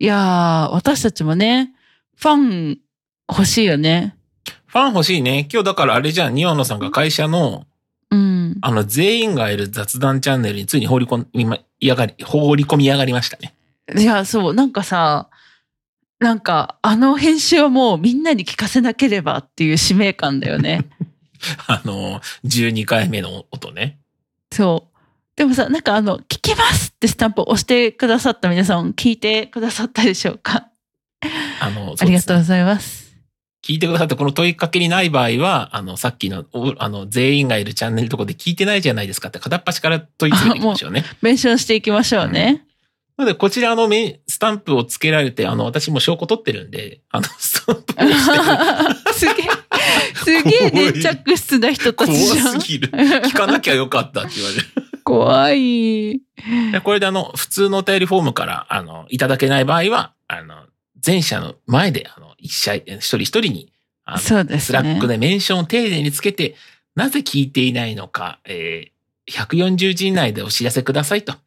いやー、私たちもね、ファン欲しいよね。ファン欲しいね。今日だからあれじゃん、庭野さんが会社の、うん。あの、全員がいる雑談チャンネルについに放り込みま、やがり、放り込みやがりましたね。 いや、そう、なんかさ、なんか、あの編集はもうみんなに聞かせなければっていう使命感だよ ね。あの、12回目の音ね。そう。でもさ、なんかあの、聞きますってスタンプを押してくださった皆さん、聞いてくださったでしょうか。あの、あそりうでがすとうございます。聞いてくださったこの問いかけにない場合は、あの、さっきの、おあの、全員がいるチャンネルとこで聞いてないじゃないですかって片っ端から問い詰めていきましょうね。メンションしていきましょうね。なので、こちらのメインスタンプをつけられて、あの、私も証拠取ってるんで、あの、スタンプをし すて、げえ、すげえ粘着質な人た怖ちじゃんす。ぎる。聞かなきゃよかったって言われる。怖い。でこれであの、普通のお便りフォームから、あの、いただけない場合は、あの、全社の前で、あの、一社、一人一人に、あの、そうですスラックね。でメンションを丁寧につけて、なぜ聞いていないのか、えー、140字以内でお知らせくださいと。ま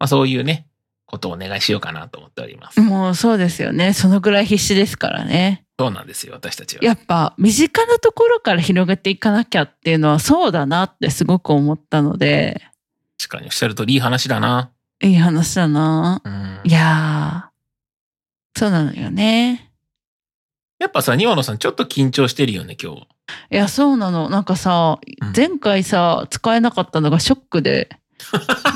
あ、そういうね、ことをお願いしようかなと思っております。もうそうですよね。そのぐらい必死ですからね。そうなんですよ、私たちは。やっぱ身近なところから広げていかなきゃっていうのはそうだなってすごく思ったので、確かにおっしゃるとりいい話だな。いい話だな。うんい。やー、そうなのよね。やっぱさ、庭野さん、ちょっと緊張してるよね、今日。いや、そうなの。なんかさ、うん前回さ、使えなかったのがショックで、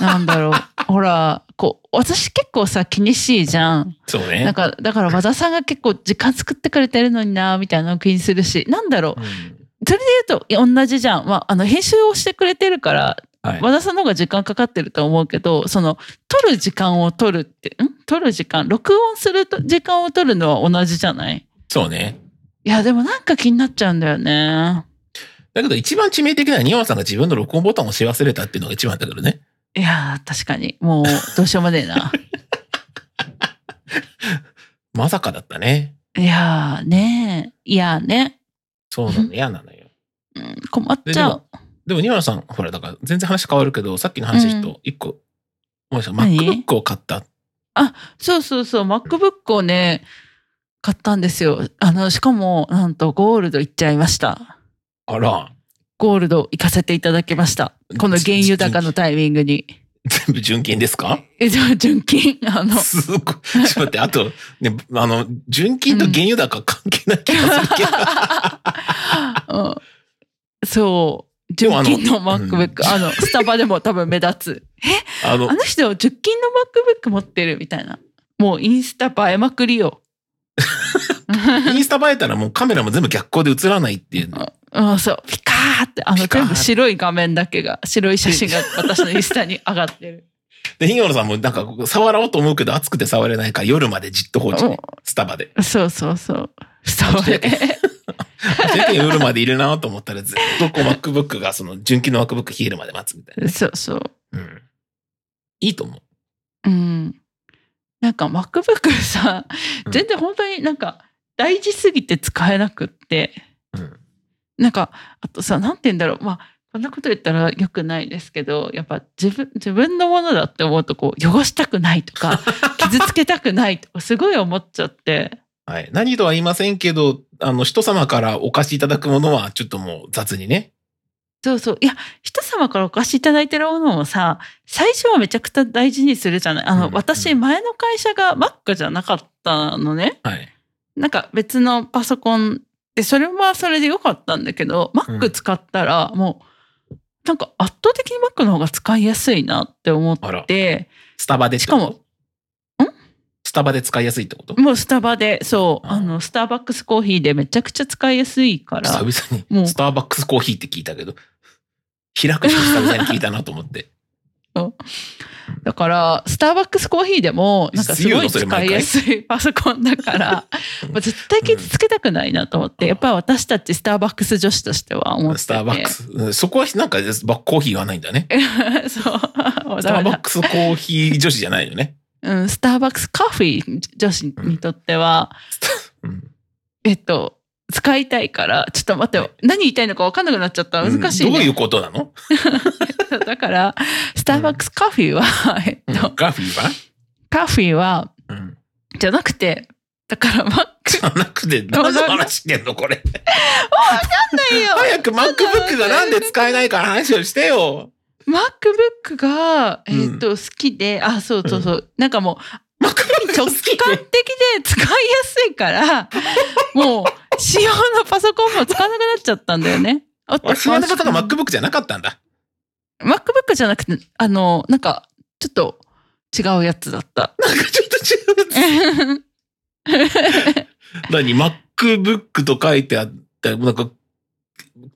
なんだろう。ほら、こう、私結構さ、気にしいじゃん。そうなんね。か、だから和田さんが結構時間作ってくれてるのにな、みたいなの気にするし、なんだろう。うんそれで言うといや同じじゃん。まあ、あの、編集をしてくれてるから、はい和田さんの方が時間かかってると思うけど、その、撮る時間を撮るって、ん撮る時間、録音すると時間を撮るのは同じじゃないそうね。いや、でもなんか気になっちゃうんだよね。だけど一番致命的なのは庭野さんが自分の録音ボタンを押し忘れたっていうのが一番だけどね。いやー、確かに。もう、どうしようもねえ な。まさかだったね。いやー、ねえ。いやーね。そうなの、嫌なのよ。うん困っちゃう。でも、ニワさん、ほら、だから、全然話変わるけど、さっきの話ちょっと、一個、もしか何 MacBook を買った。そうそうそう。MacBook をね、買ったんですよ。あの、しかも、なんと、ゴールド行っちゃいました。あら、ゴールド行かせていただきました。この原油高のタイミングに。全部純金ですかえ、じゃあ、純金あの、すごい。ちょっと待って、あと、ね、あの、純金と原油高関係ない気がするけど。うんそう。で純もあの金の MacBook。あの、スタバでも多分目立つ。あのあ、の人、純金の MacBook 持ってるみたいな。もうインスタ映えまくりよ。 インスタ映えたらもうカメラも全部逆光で映らないっていう。うん、そう。ピカーって、あの、ピカー全部白い画面だけが、白い写真が私のインスタに上がってる。で、ヒンヨロさんもなんか、触ろうと思うけど、熱くて触れないから、夜までじっと放置ね。スタバで。そうそうそう。スタバで。 で夜までいるなと思ったら、ずっとこう MacBook が、その、純金の MacBook 冷えるまで待つみた いそうそう。な。うん。いいと思う。うん。なんか MacBook さう、ん全然本当になんか大事すぎて使えなくって。うんなんか、あとさ、なんて言うんだろう。まあ、こんなこと言ったら良くないですけど、やっぱ自分、自分のものだって思うとこう、汚したくないと か、傷つけたくないとか、すごい思っちゃって。はい。何とは言いませんけど、あの、人様からお貸しいただくものは、ちょっともう雑にね。そうそう。いや、人様からお貸しいただいてるものをさ、最初はめちゃくちゃ大事にするじゃない。あの、うん私、前の会社が Mac じゃなかったのね。はい。なんか別のパソコンで、それはそれで良かったんだけど、うん Mac 使ったらもう、なんか圧倒的に Mac の方が使いやすいなって思っあら。て、スタバでってことしかスタバで使いやすいってこともうスタバで、そう、ああの、スターバックスコーヒーでめちゃくちゃ使いやすいから、久々もに、うスターバックスコーヒーって聞いたけど、開く人久々に聞いたなと思って。だから、スターバックスコーヒーでも、なんかすごい強いのそれ使毎い回やすいパソコンだ から、もう絶対傷つけたくないなと思って、やっぱり私たちスターバックス女子としては思ってて。スターバックス。うんそこはなんか、バックコーヒーはないんだね。ス そう。スターバックスコーヒー女子じゃないよね。うん、スターバックスカフェ女子にとっては、うんえっと、使いたいから、ちょっと待って、何言いたいのか分かんなくなっちゃった。難しい、ねうんどういうことなの だから、 スターバックスカフェは、えっと、ガフィーはカフェは、うん。じゃなくて、宝マック。じゃなくて、何の話してんのこれ。わかんないよ早く MacBook がなんで使えないから話をしてよ。 !MacBook が、うんえっ、と、好きで、あ、そうそうそう。なんかもう、 MacBook 直好感き的で。で使いやすい から、もう、仕様のパソコンも使わなくなっちゃったんだよね。ああ島田さんがマ MacBook じゃなかったんだ。 ック MacBook じゃなくて、あの、なんか、ちょっと違うやつだった。なんかちょっと違う。何 ?MacBook と書いてあったなんか、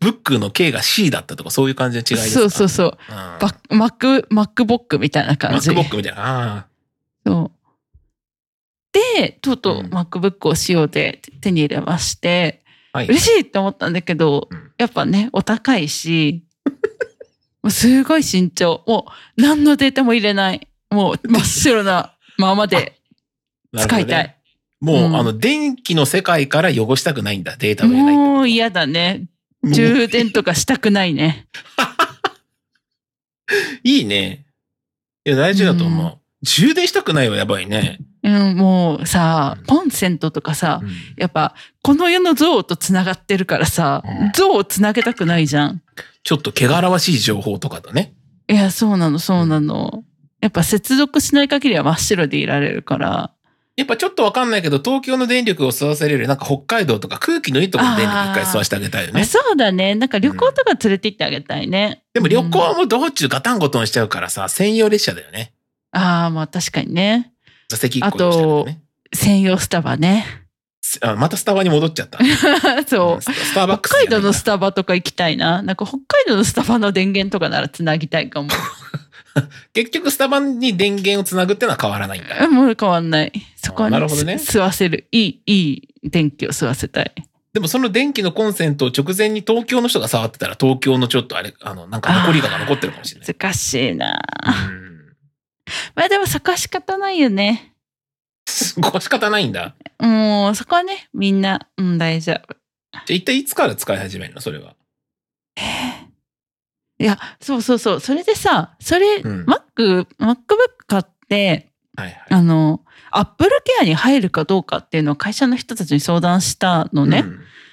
ブックの K が C だったとか、そういう感じの違いです そかうそううそう。ん。バックマック、マックボックみたいな感じ。 MacBook みたいな。あそう。で、とうとううん MacBook を仕様で手に入れまして、あはい。嬉しいって思ったんだけど、うんやっぱね、お高いし、 もうすごい慎重。もう何のデータも入れない。もう真っ白なま までなるほ使どねいたい。もう、うんあの、電気の世界から汚したくないんだ。データを入れないってこと。もう嫌だね。もう充電とかしたくないね。いいね。いや、大事だと思う。う充電したくないはやばいね。うん、もうさうん、コンセントとかさう、んやっぱこの世の像とつながってるからさうん、像をつなげたくないじゃん。ちょっと汚らわしい情報とかだね。いや、そうなの、そうなの。やっぱ接続しない限りは真っ白でいられるから。やっぱちょっとわかんないけど、東京の電力を吸わせるより、なんか北海道とか空気のいいところの電力一回吸わせてあげたいよあね。そうだね。なんか旅行とか連れて行ってあげたいね。でも旅行も道中ガタンゴトンしちゃうからさ、専用列車だよね。ああ、まあ確かにね。座席一個にしたらね。専用スタバね。 あまたスタバに戻っちゃった。そううん。スタスター北バックスじ海ゃない道んだ。のスタバとか行きたいな。なんか北海道のスタバの電源とかならつなぎたいかも。結局スタバに電源をつなぐってのは変わらないんだ。もう変わんない。そこあになるほどねす吸わせる。いい、いい電気を吸わせたい。でもその電気のコンセントを直前に東京の人が触ってたら、東京のちょっとあれ、あの、なんか残りが残ってるかもしれない。難しいな。うんまあでもそこは仕方ないよね。すごい仕方ないんだ。もうそこはね、みんな、うん、大丈夫。じゃあ一体いつから使い始めるのそれは。いや、そうそうそう。それでさ、それ、うん Mac、MacBook 買って、はいはい。あの、Apple Care に入るかどうかっていうのを会社の人たちに相談したのね。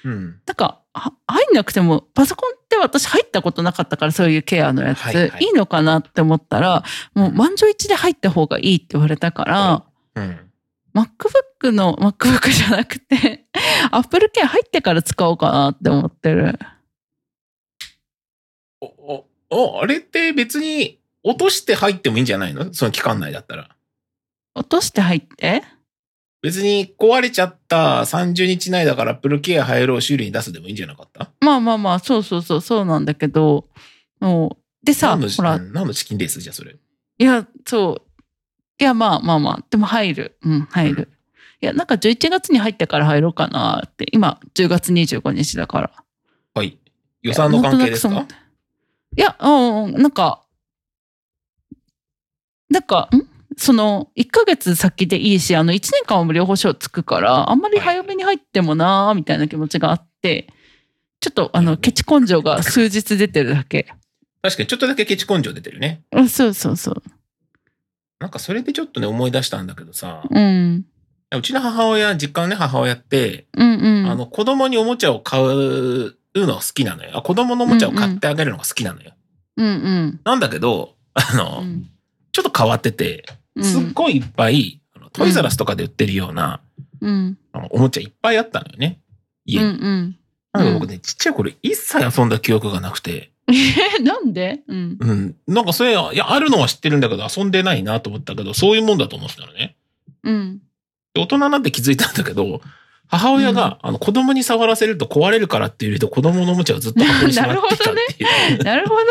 うん。うん。なんか、は入んなくても、パソコンって私入ったことなかったから、そういうケアのやつ、はいいはいい、のかなって思ったら、もう満場一致で入った方がいいって言われたから、うん。 MacBook の、MacBook じゃなくて、Apple Care 入ってから使おうかなって思ってる。お、お、お、あれって別に落として入ってもいいんじゃないのその期間内だったら。落として入って別に壊れちゃった30日内だからプルケア入ろう修理に出すでもいいんじゃなかったまあまあまあ、そうそうそう、そうなんだけど、もう、でさ、何のほら、うん何のチキンレースじゃそれ。いや、そう、いや、まあまあまあ、でも入る、うん、入る。いや、なんか11月に入ってから入ろうかなって、今、10月25日だから。はい。予算の関係ですいやなんとかなくそういや、うんうん、なんか、なんか、んその、1ヶ月先でいいし、あの、1年間は無料保証つくから、あんまり早めに入ってもなーみたいな気持ちがあって、ちょっと、あの、ケチ根性が数日出てるだけ。確かにちょっとだけケチ根性出てるね。あそうそうそう。なんかそれでちょっとね思い出したんだけどさ、うん。うちの母親、実家のね母親って、うんうん。あの、子供におもちゃを買うの好きなのよ。あ子供のおもちゃを買ってあげるのが好きなのよ。うんうん。なんだけど、あの、うんちょっと変わってて、うん。すっごいいっぱい、あのトイザラスとかで売ってるような、うんあのおもちゃいっぱいあったのよね。うん家うに。ん。なんか僕ね、ちっちゃい頃一切遊んだ記憶がなくて、え、なんでうん。うん。なんかそれ、いや、あるのは知ってるんだけど、遊んでないなと思ったけど、そういうもんだと思ってたのね。うん。で大人になって気づいたんだけど、母親が、あの、子供に触らせると壊れるからっていう理由で子供のおもちゃをずっと箱にしまっていたっていう。なるほどね。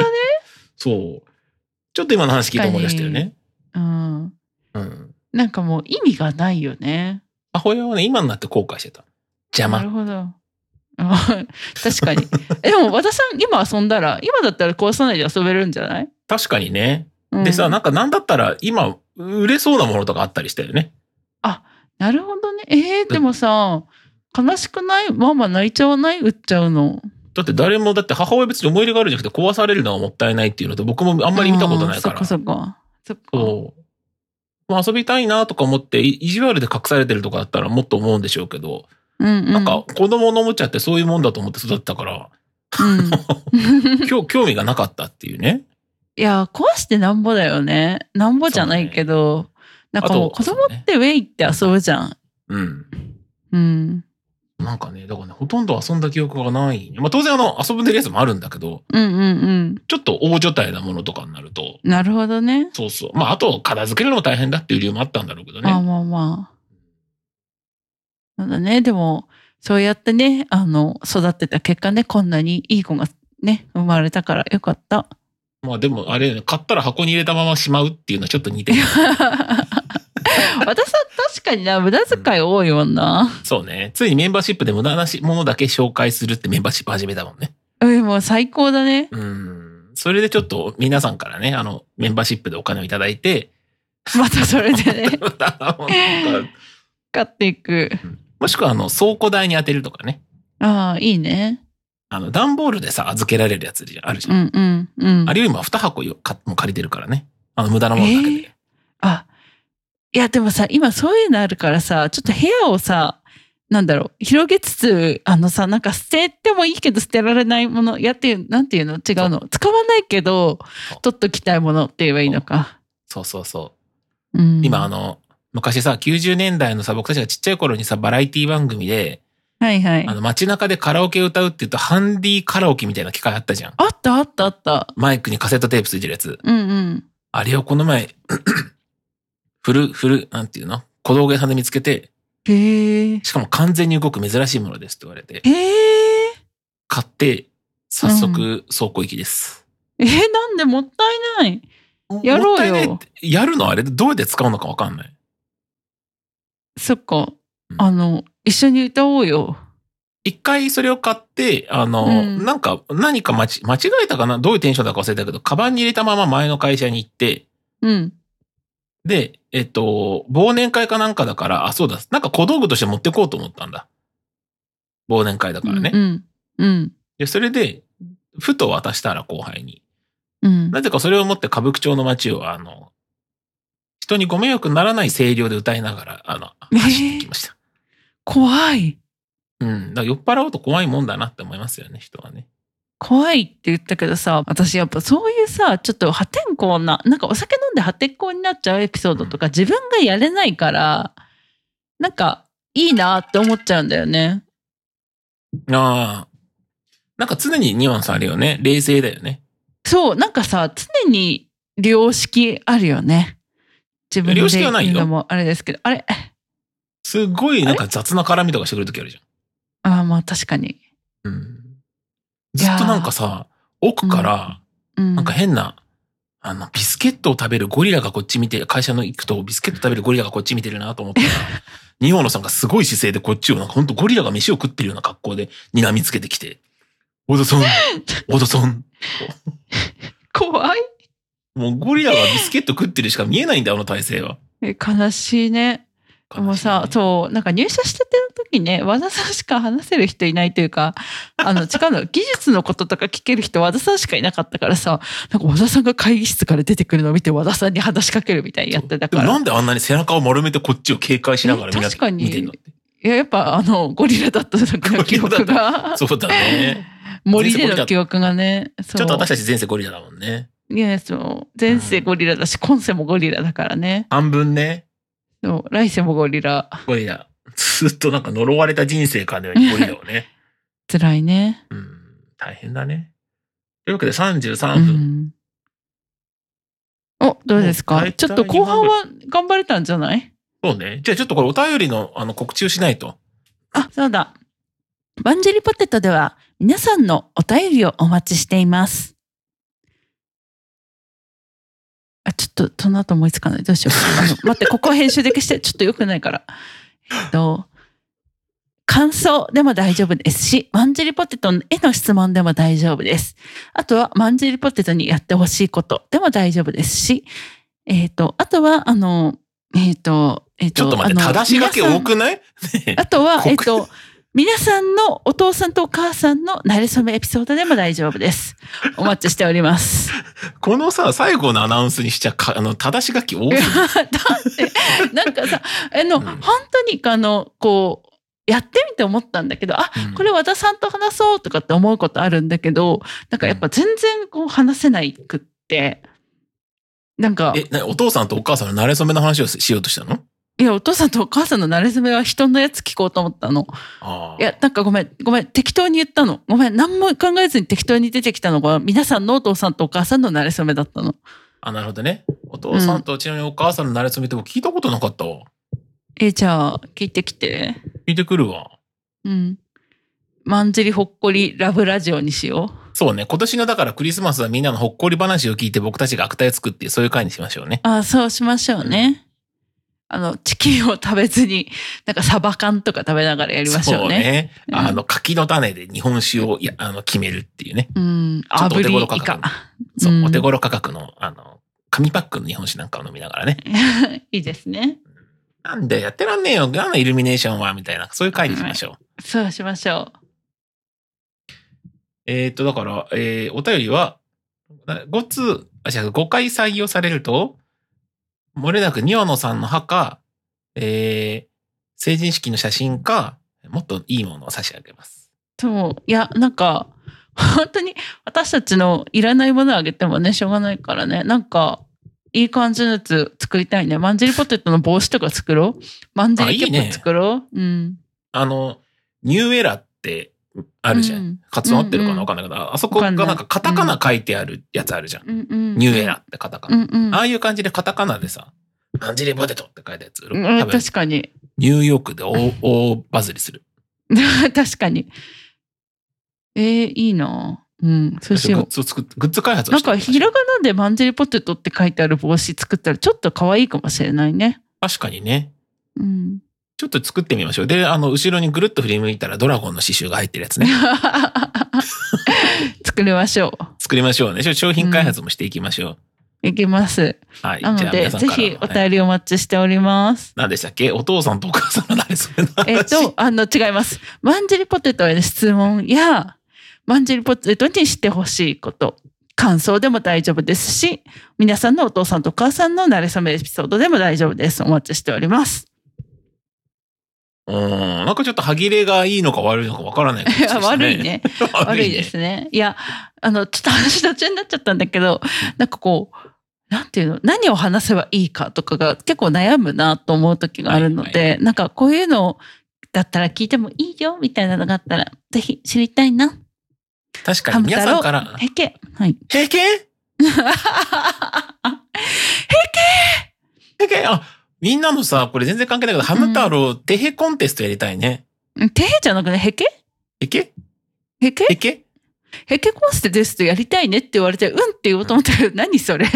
そう。ちょっと今の話聞いて思い出したよね。うん。うん。なんかもう意味がないよね。母親はね、今になって後悔してた。邪な魔る。ほど。あ確かに。 えでも和田さん今遊んだら、今だったら壊さないで遊べるんじゃない、確かにね。うんでさ、なんかなんだったら今、売れそうなものとかあったりしたよね。なるほどね。えー、でもさ、悲しくないママ泣いちゃわない売っちゃうの。だって誰も、だって母親別に思い入れがあるんじゃなくて壊されるのはもったいないっていうのと僕もあんまり見たことないから。あーそっかそっか。そっか。そう。まあ、遊びたいなとか思って、い意地悪で隠されてるとかだったらもっと思うんでしょうけど、うんうん、なんか子供のおもちゃってそういうもんだと思って育ったから、うん、興興味がなかったっていうね。いや壊してなんぼだよねなんぼじゃないけど、なんかもうあ子と供ってウェイって遊ぶじゃん。うん。うん、なんかね、だからね、ほとんど遊んだ記憶がない。まあ当然あの、遊んでるやつもあるんだけど、うんうんうんちょっと大所帯なものとかになると、なるほどね。そうそう。まああと、片付けるのも大変だっていう理由もあったんだろうけどまあね。まあまあ。なんだねでもそうやってねあの育ってた結果ねこんなにいい子がね生まれたからよかった。まあでも、あれ、ね、買ったら箱に入れたまましまうっていうのはちょっと似て る。私は確かにな無駄遣い多いもんな。そうね。ついにメンバーシップで無駄なしものだけ紹介するってメンバーシップ始めたもんね。えもう最高だね。うん。それでちょっと皆さんからね、あの、メンバーシップでお金をいただいて、またそれでね無駄なものとか買っていく。 もしくはあの、倉庫代に当てるとかね。ああいいね。あの、段ボールでさ、預けられるやつじゃんあるじゃ。うんんうんうん。あれよりも2箱よかもう借りてるからね。あの、無駄なものだけで。えあ、いや、でもさ、今そういうのあるからさ、ちょっと部屋をさ、なんだろう、広げつつ、あのさ、なんか捨ててもいいけど捨てられないもの、やっていう、なんていうの違うの。使わないけどそう、取っときたいものって言えばいいのか。そうそうそう。うん、今あ、の、昔さ、90年代のさ、僕たちがちっちゃい頃にさ、バラエティ番組で、はいはいあ。の、街中でカラオケ歌うって言うと、ハンディカラオケみたいな機械あったじゃん。あったあったあった。マイクにカセットテープついてるやつ。うんうん。あれをこの前、 古、古、なんていうの小道具屋さんで見つけて、へえ。しかも完全に動く珍しいものですって言われて、へえ。買って、早う速、倉庫行きです。えー、なんでもったいない。やろうよもったいないってやるのあれどうやって使うのかわかんない。そっかう。んあの、一緒に歌おうよ。一回それを買って、あの、うんなんか、何か間違間違えたかなどういうテンションだか忘れたけど、カバンに入れたまま前の会社に行って、うん。で、えっと、忘年会かなんかだから、あ、そうだ、なんか小道具として持ってこうと思ったんだ。忘年会だからね。うんうん。で、それで、ふと渡したら後輩に。うん。なぜかそれを持って歌舞伎町の街を、あの、人にご迷惑にならない声量で歌いながら、あの、走ってきま した。怖い。うん。だから酔っ払うと怖いもんだなって思いますよね、人はね。怖いって言ったけどさ、私やっぱそういうさ、ちょっと破天荒な、なんかお酒飲んで破天荒になっちゃうエピソードとか自分がやれないから、なんかいいなって思っちゃうんだよね。ああ。なんか常にニュアンスあるよね。冷静だよね。そう、なんかさ、常に良識あるよね。自分で良識はないよ言うのもあれですけど、あれすごいなんか雑な絡みとかしてくるときあるじああ、まあ確かに。ゃん。うん。ずっとなんかさ、奥から、うん。なんか変な、あの、ビスケットを食べるゴリラがこっち見て、会社の行くとビスケット食べるゴリラがこっち見てるなと思 ったら、日本のさんがすごい姿勢でこっちを、なんかほんとゴリラが飯を食ってるような格好で睨みつけてきて、オー ドソン、オードソン。怖い。もうゴリラがビスケット食ってるしか見えないんだよ、あの体勢は。え悲しいね。もうさ、悲しいねそう、なんか入社してての時ね、和田さんしか話せる人いないという か、あの、違うの、技術のこととか聞ける人和田さんしかいなかったからさ、なんか和田さんが会議室から出てくるのを見て和田さんに話しかけるみたいにやってたかでもらな。んであんなに背中を丸めてこっちを警戒しながらえ見な確かに見てんのって。いや、やっぱあの、ゴリラだった時の記憶が、そうだね。森での記憶がね、ちそょう。っと私たち前世ゴリラだもんね。いや、そう、前世ゴリラだし、今世もゴリラだからね。半分ね、そう、来世もゴリラ。ゴリラ。ずっとなんか呪われた人生かのようにゴリラ をね。辛いね。うん、大変だね。というわけでう33分。んお、どうですもうか大体ちょっと後半は頑張れたんじゃないそうね。じゃあちょっとこれお便りのあの告知をしないと。あ、そうだ。バンジェリポテトでは皆さんのお便りをお待ちしています。あ、ちょっとその後思いつかない。どうしよう。 あの待って、ここ編集で消して、ちょっと良くないから。えっと、感想でも大丈夫ですし、マンジェリポテトへの質問でも大丈夫です。あとは、マンジェリポテトにやってほしいことでも大丈夫ですし、えっ、と、あとは、あの、えっ、と、えっ、ちょっと待って、あの正し書き皆さん多くないねえあとは、えっ告と、皆さんのお父さんとお母さんの慣れ初めエピソードでも大丈夫です。お待ちしております。このさ、最後のアナウンスにしちゃか、あの、正し書き多いいや。だって、なんかさ、あの、うん本当に、あの、こう、やってみて思ったんだけど、あ、う んこれ和田さんと話そうとかって思うことあるんだけど、なんかやっぱ全然こう話せないくって、なんか、え、なお父さんとお母さんの慣れ初めの話をしようとしたのいや、お父さんとお母さんの慣れ初めは人のやつ聞こうと思ったの。ああ。いや、なんかごめん、ごめん、適当に言ったの。ごめん、何も考えずに適当に出てきたのが、皆さんのお父さんとお母さんの慣れ初めだったの。あ、なるほどね。お父さんとちなみにお母さんの慣れ初めって僕聞いたことなかったわ。え、じゃあ、聞いてきて。聞いてくるわ。うん。まんじりほっこりラブラジオにしよう。そうね。今年のだからクリスマスはみんなのほっこり話を聞いて僕たちが悪態つくっていうそういう回にしましょうね。あそうしましょうね。あの、チキンを食べずに、なんかサバ缶とか食べながらやりましょそううね。ね。うんあの、柿の種で日本酒をいやあの決めるっていうね。うん。ちょっとお炙手り頃価イ格カの。そうう、んお手頃価格の、あの、紙パックの日本酒なんかを飲みながらね。 いいですね。なんでやってらんねえよ。なんだイルミネーションは、みたいな。そういう回にしましょう。そうしましょえーっと、だから、えーお便りは、5通、あ、違う、5回採用されると、漏れなく庭野さんの歯か、えー成人式の写真か、もっといいものを差し上げます。う。そう。いや、なんか、本当に私たちのいらないものをあげてもね、しょうがないからね。なんか、いい感じのやつ作りたいね。まんじりポテトの帽子とか作ろう。まんじりキャあいいッねプ作ろう。うん。あの、ニューエラってあるじゃ。うんん。活動合ってるかうんうなんわかんないけど、ああそこがなんかカタカナ書いてあるやつあるじゃん。うんうん、ニューエラってカタカうナ。んうん。ああいう感じでカタカナでさ、アンジェリポテトって書いたやつ。多うん、分、確かに。 ニューヨークで大大バズりする。確かに。えー、いいなうん、そうしグよッう。ズを作って、グッズ開発をなんしてか、ひらがなでマンジェリポテトって書いてある帽子作ったらちょっと可愛いかもしれないね。確かにね。うん。ちょっと作ってみましょう。で、あの、後ろにぐるっと振り向いたらドラゴンの刺繍が入ってるやつ ね。作りましょ作りましょうね。ちょ商品開発もしていきましょう。う。いきます。はい。なので、皆さんかぜらのひおはい便りお待ちしております。何でしたっけお父さんとお母さんの誰それの話えっ、と、あの、違います。マンジェリポテトへの質問や、マンジェリポテトにしてほしいこと、感想でも大丈夫ですし、皆さんのお父さんとお母さんの慣れ初めエピソードでも大丈夫です。お待ちしております。 うーん。なんかちょっと歯切れがいいのか悪いのか わからない感じいでしや、た悪い。 ね。悪いで。すね。いや、あの、ちょっと話途中になっちゃったんだけど、なんかこう、なんていうの、何を話せばいいかとかが結構悩むなと思う時があるので、はいなんかこういうのだったら聞いてもいいよみたいなのがあったら、ぜひ知りたいな。確かに皆さんから、へけ。はい。平均平均あ、みんなのさ、これ全然関係ないけど、ハム太郎、てへコンテストやりたいね。てへじゃなくて、へけへけへけへけへけコースでですとやりたいねって言われて、うんって言おうと思ったけど、何それ。い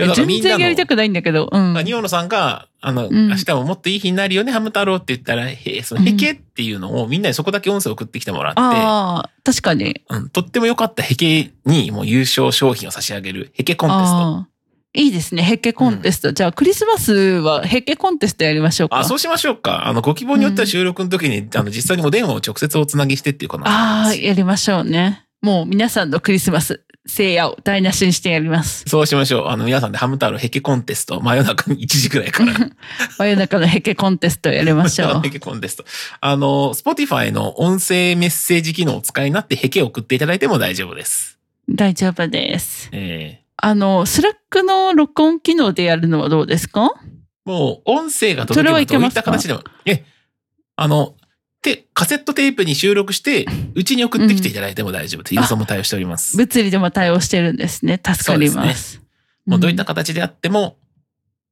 やだからみ全んな然のやりたくないんだけど。うん。まあ、ニオノさんが、あの、うん明日ももっといい日になるよね、ハム太郎って言ったら、へ、その、うんへけっていうのをみんなにそこだけ音声送ってきてもらっああ、確かに。て、うん、とっても良かったへけにもう優勝商品を差し上げる、へけコンテスト。ああいいですね。ヘッケコンテスト。じゃあ、クリスマスはヘッケコンテストやりましょうか。あ、そうしましょうか。あの、ご希望によっては収録の時に、あの、実際にお電話を直接おつなぎしてっていうかな。ああやりましょうね。もう皆さんのクリスマス、聖夜を台無しにしてやります。そうしましょう。あの、皆さんでハム太郎へけコンテスト、真夜中に1時くらい から。真夜中のヘッケコンテストやりましょうヘ。ケコンテスト。 あの、Spotify の音声メッセージ機能をお使いになって、へけを送っていただいても大丈夫です。大丈夫です。えあの、スラックの録音機能でやるのはどうですかーもう、音声が届それけはばいけどういまっすかた形でも、え、あの、て、カセットテープに収録して、うちに送ってきていただいても大丈夫です。んユーザーも対応しております。物理でも対応してるんですね。助かりそうま。ですもう、どういったん形であっても、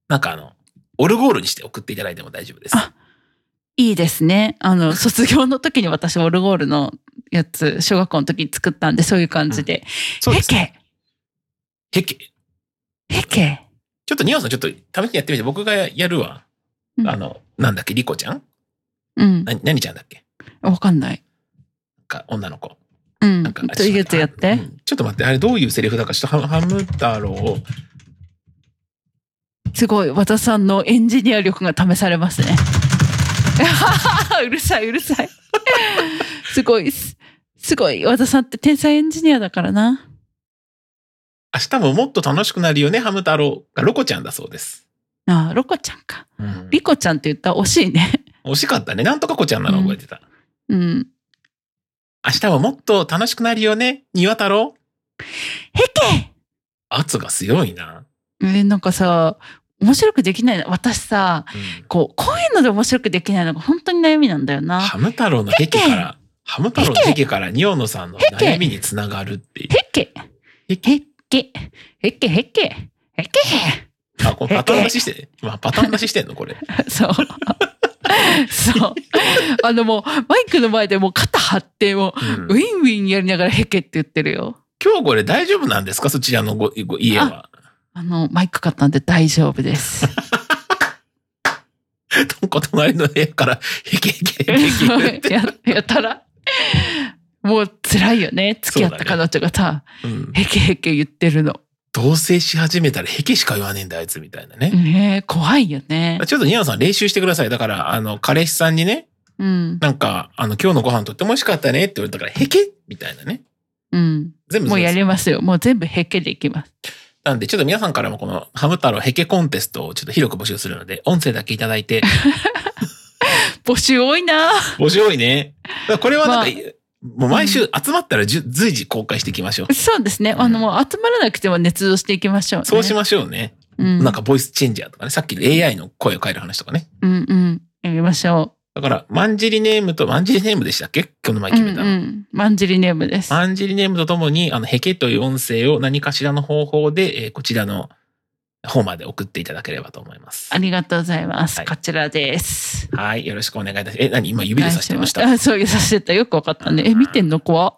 なんかあの、オルゴールにして送っていただいても大丈夫です。あいいですね。あの、卒業の時に私、オルゴールのやつ、小学校の時に作ったんで、そういう感じで。そうヘですッ。ケへけ。ヘッケちょっと、ニオンさん、ちょっと、試しにやってみて、僕がやるわ。うんあの、なんだっけ、リコちゃんうん。な何ちゃんだっけわかんない。か女の子。うん。なんか、というやつやっうて。んちょっと待って、あれどういうセリフだか、ちょっとハハム太郎。すごい、和田さんの エンジニア力が試されますね。うるさい、うるさい。すごいっす。すごい。和田さんって天才エンジニアだからな。明日ももっと楽しくなるよね、ハム太郎がロコちゃんだそうです。ああ、ロコちゃんか。うんリコちゃんって言ったら惜しいね。 惜しかったね。なんとかこちゃんなの覚えてた。うん。明日はもっと楽しくなるよね、庭太郎。へけ圧が強いな。えーなんかさ、面白くできないな。私さ、うんこう、こういうので面白くできないのが本当に悩みなんだよな。ハム太郎のヘケから、ハム太郎のヘケから、ニオノさんの悩みにつながるっていう。へっけ。へっけ。へっけへっけ。へっけ。あ、これパターン出しして、まあ、パターン出ししてんのこれ。そう。そう。あのもう、マイクの前でもう肩張って、もうんう、ウィンウィンやりながらへっけって言ってるよ。今日これ大丈夫なんですかそちらのごご家は。あの、マイク買ったんで大丈夫です。なんか隣の部屋から、ヘケヘケヘケヘケって。ややったら、もう辛いよね。付き合った彼女がさ、うんへけへけ言ってるの。同棲し始めたらヘケしか言わねえんだ、あいつみたいなね。ねえ怖いよね。ちょっとニオノさん練習してください。だから、あの、彼氏さんにね、うん。なんか、あの、今日のご飯とっても美味しかったねって言われたから、ヘケみたいなね。うん。全部もそううでやすりますよ。もう全部へけでいきます。なんで、ちょっと皆さんからもこのハム太郎ヘケコンテストをちょっと広く募集するので、音声だけいただ いて、募集多いな。面白いね。だからこれはなんか、もう毎う週集まったらじゅ随時公開していきましょう。そうですね。うんあの、もう集まらなくても熱動していきましょう、ね。そうしましょうね。うんなんかボイスチェンジャーとかね、さっきの AI の声を変える話とかね。うんうん。やりましょだから、マンジリネームと、マンジリネームでしたっけこの前う。う決んうめたの。ん。マンジリネームです。マンジリネームとともに、あの、ヘケという音声を何かしらの方法で、えーこちらの方まで送っていただければと思いますあ。りがとうございます。はいこちらです。はい、よろしくお願いいたします。え、何今指で指してました。おだ願いしますあそう、指してた。よくわかったね。え、見てんの怖っ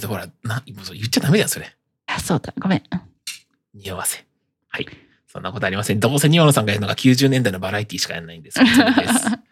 てほら、な、もうそう言っちゃダメだよ、それ。あ、そうだ。ごめん。匂わせ。はい。そんなことありません。どうせニオノさんがやるのが90年代のバラエティしかやらないんです。本当にです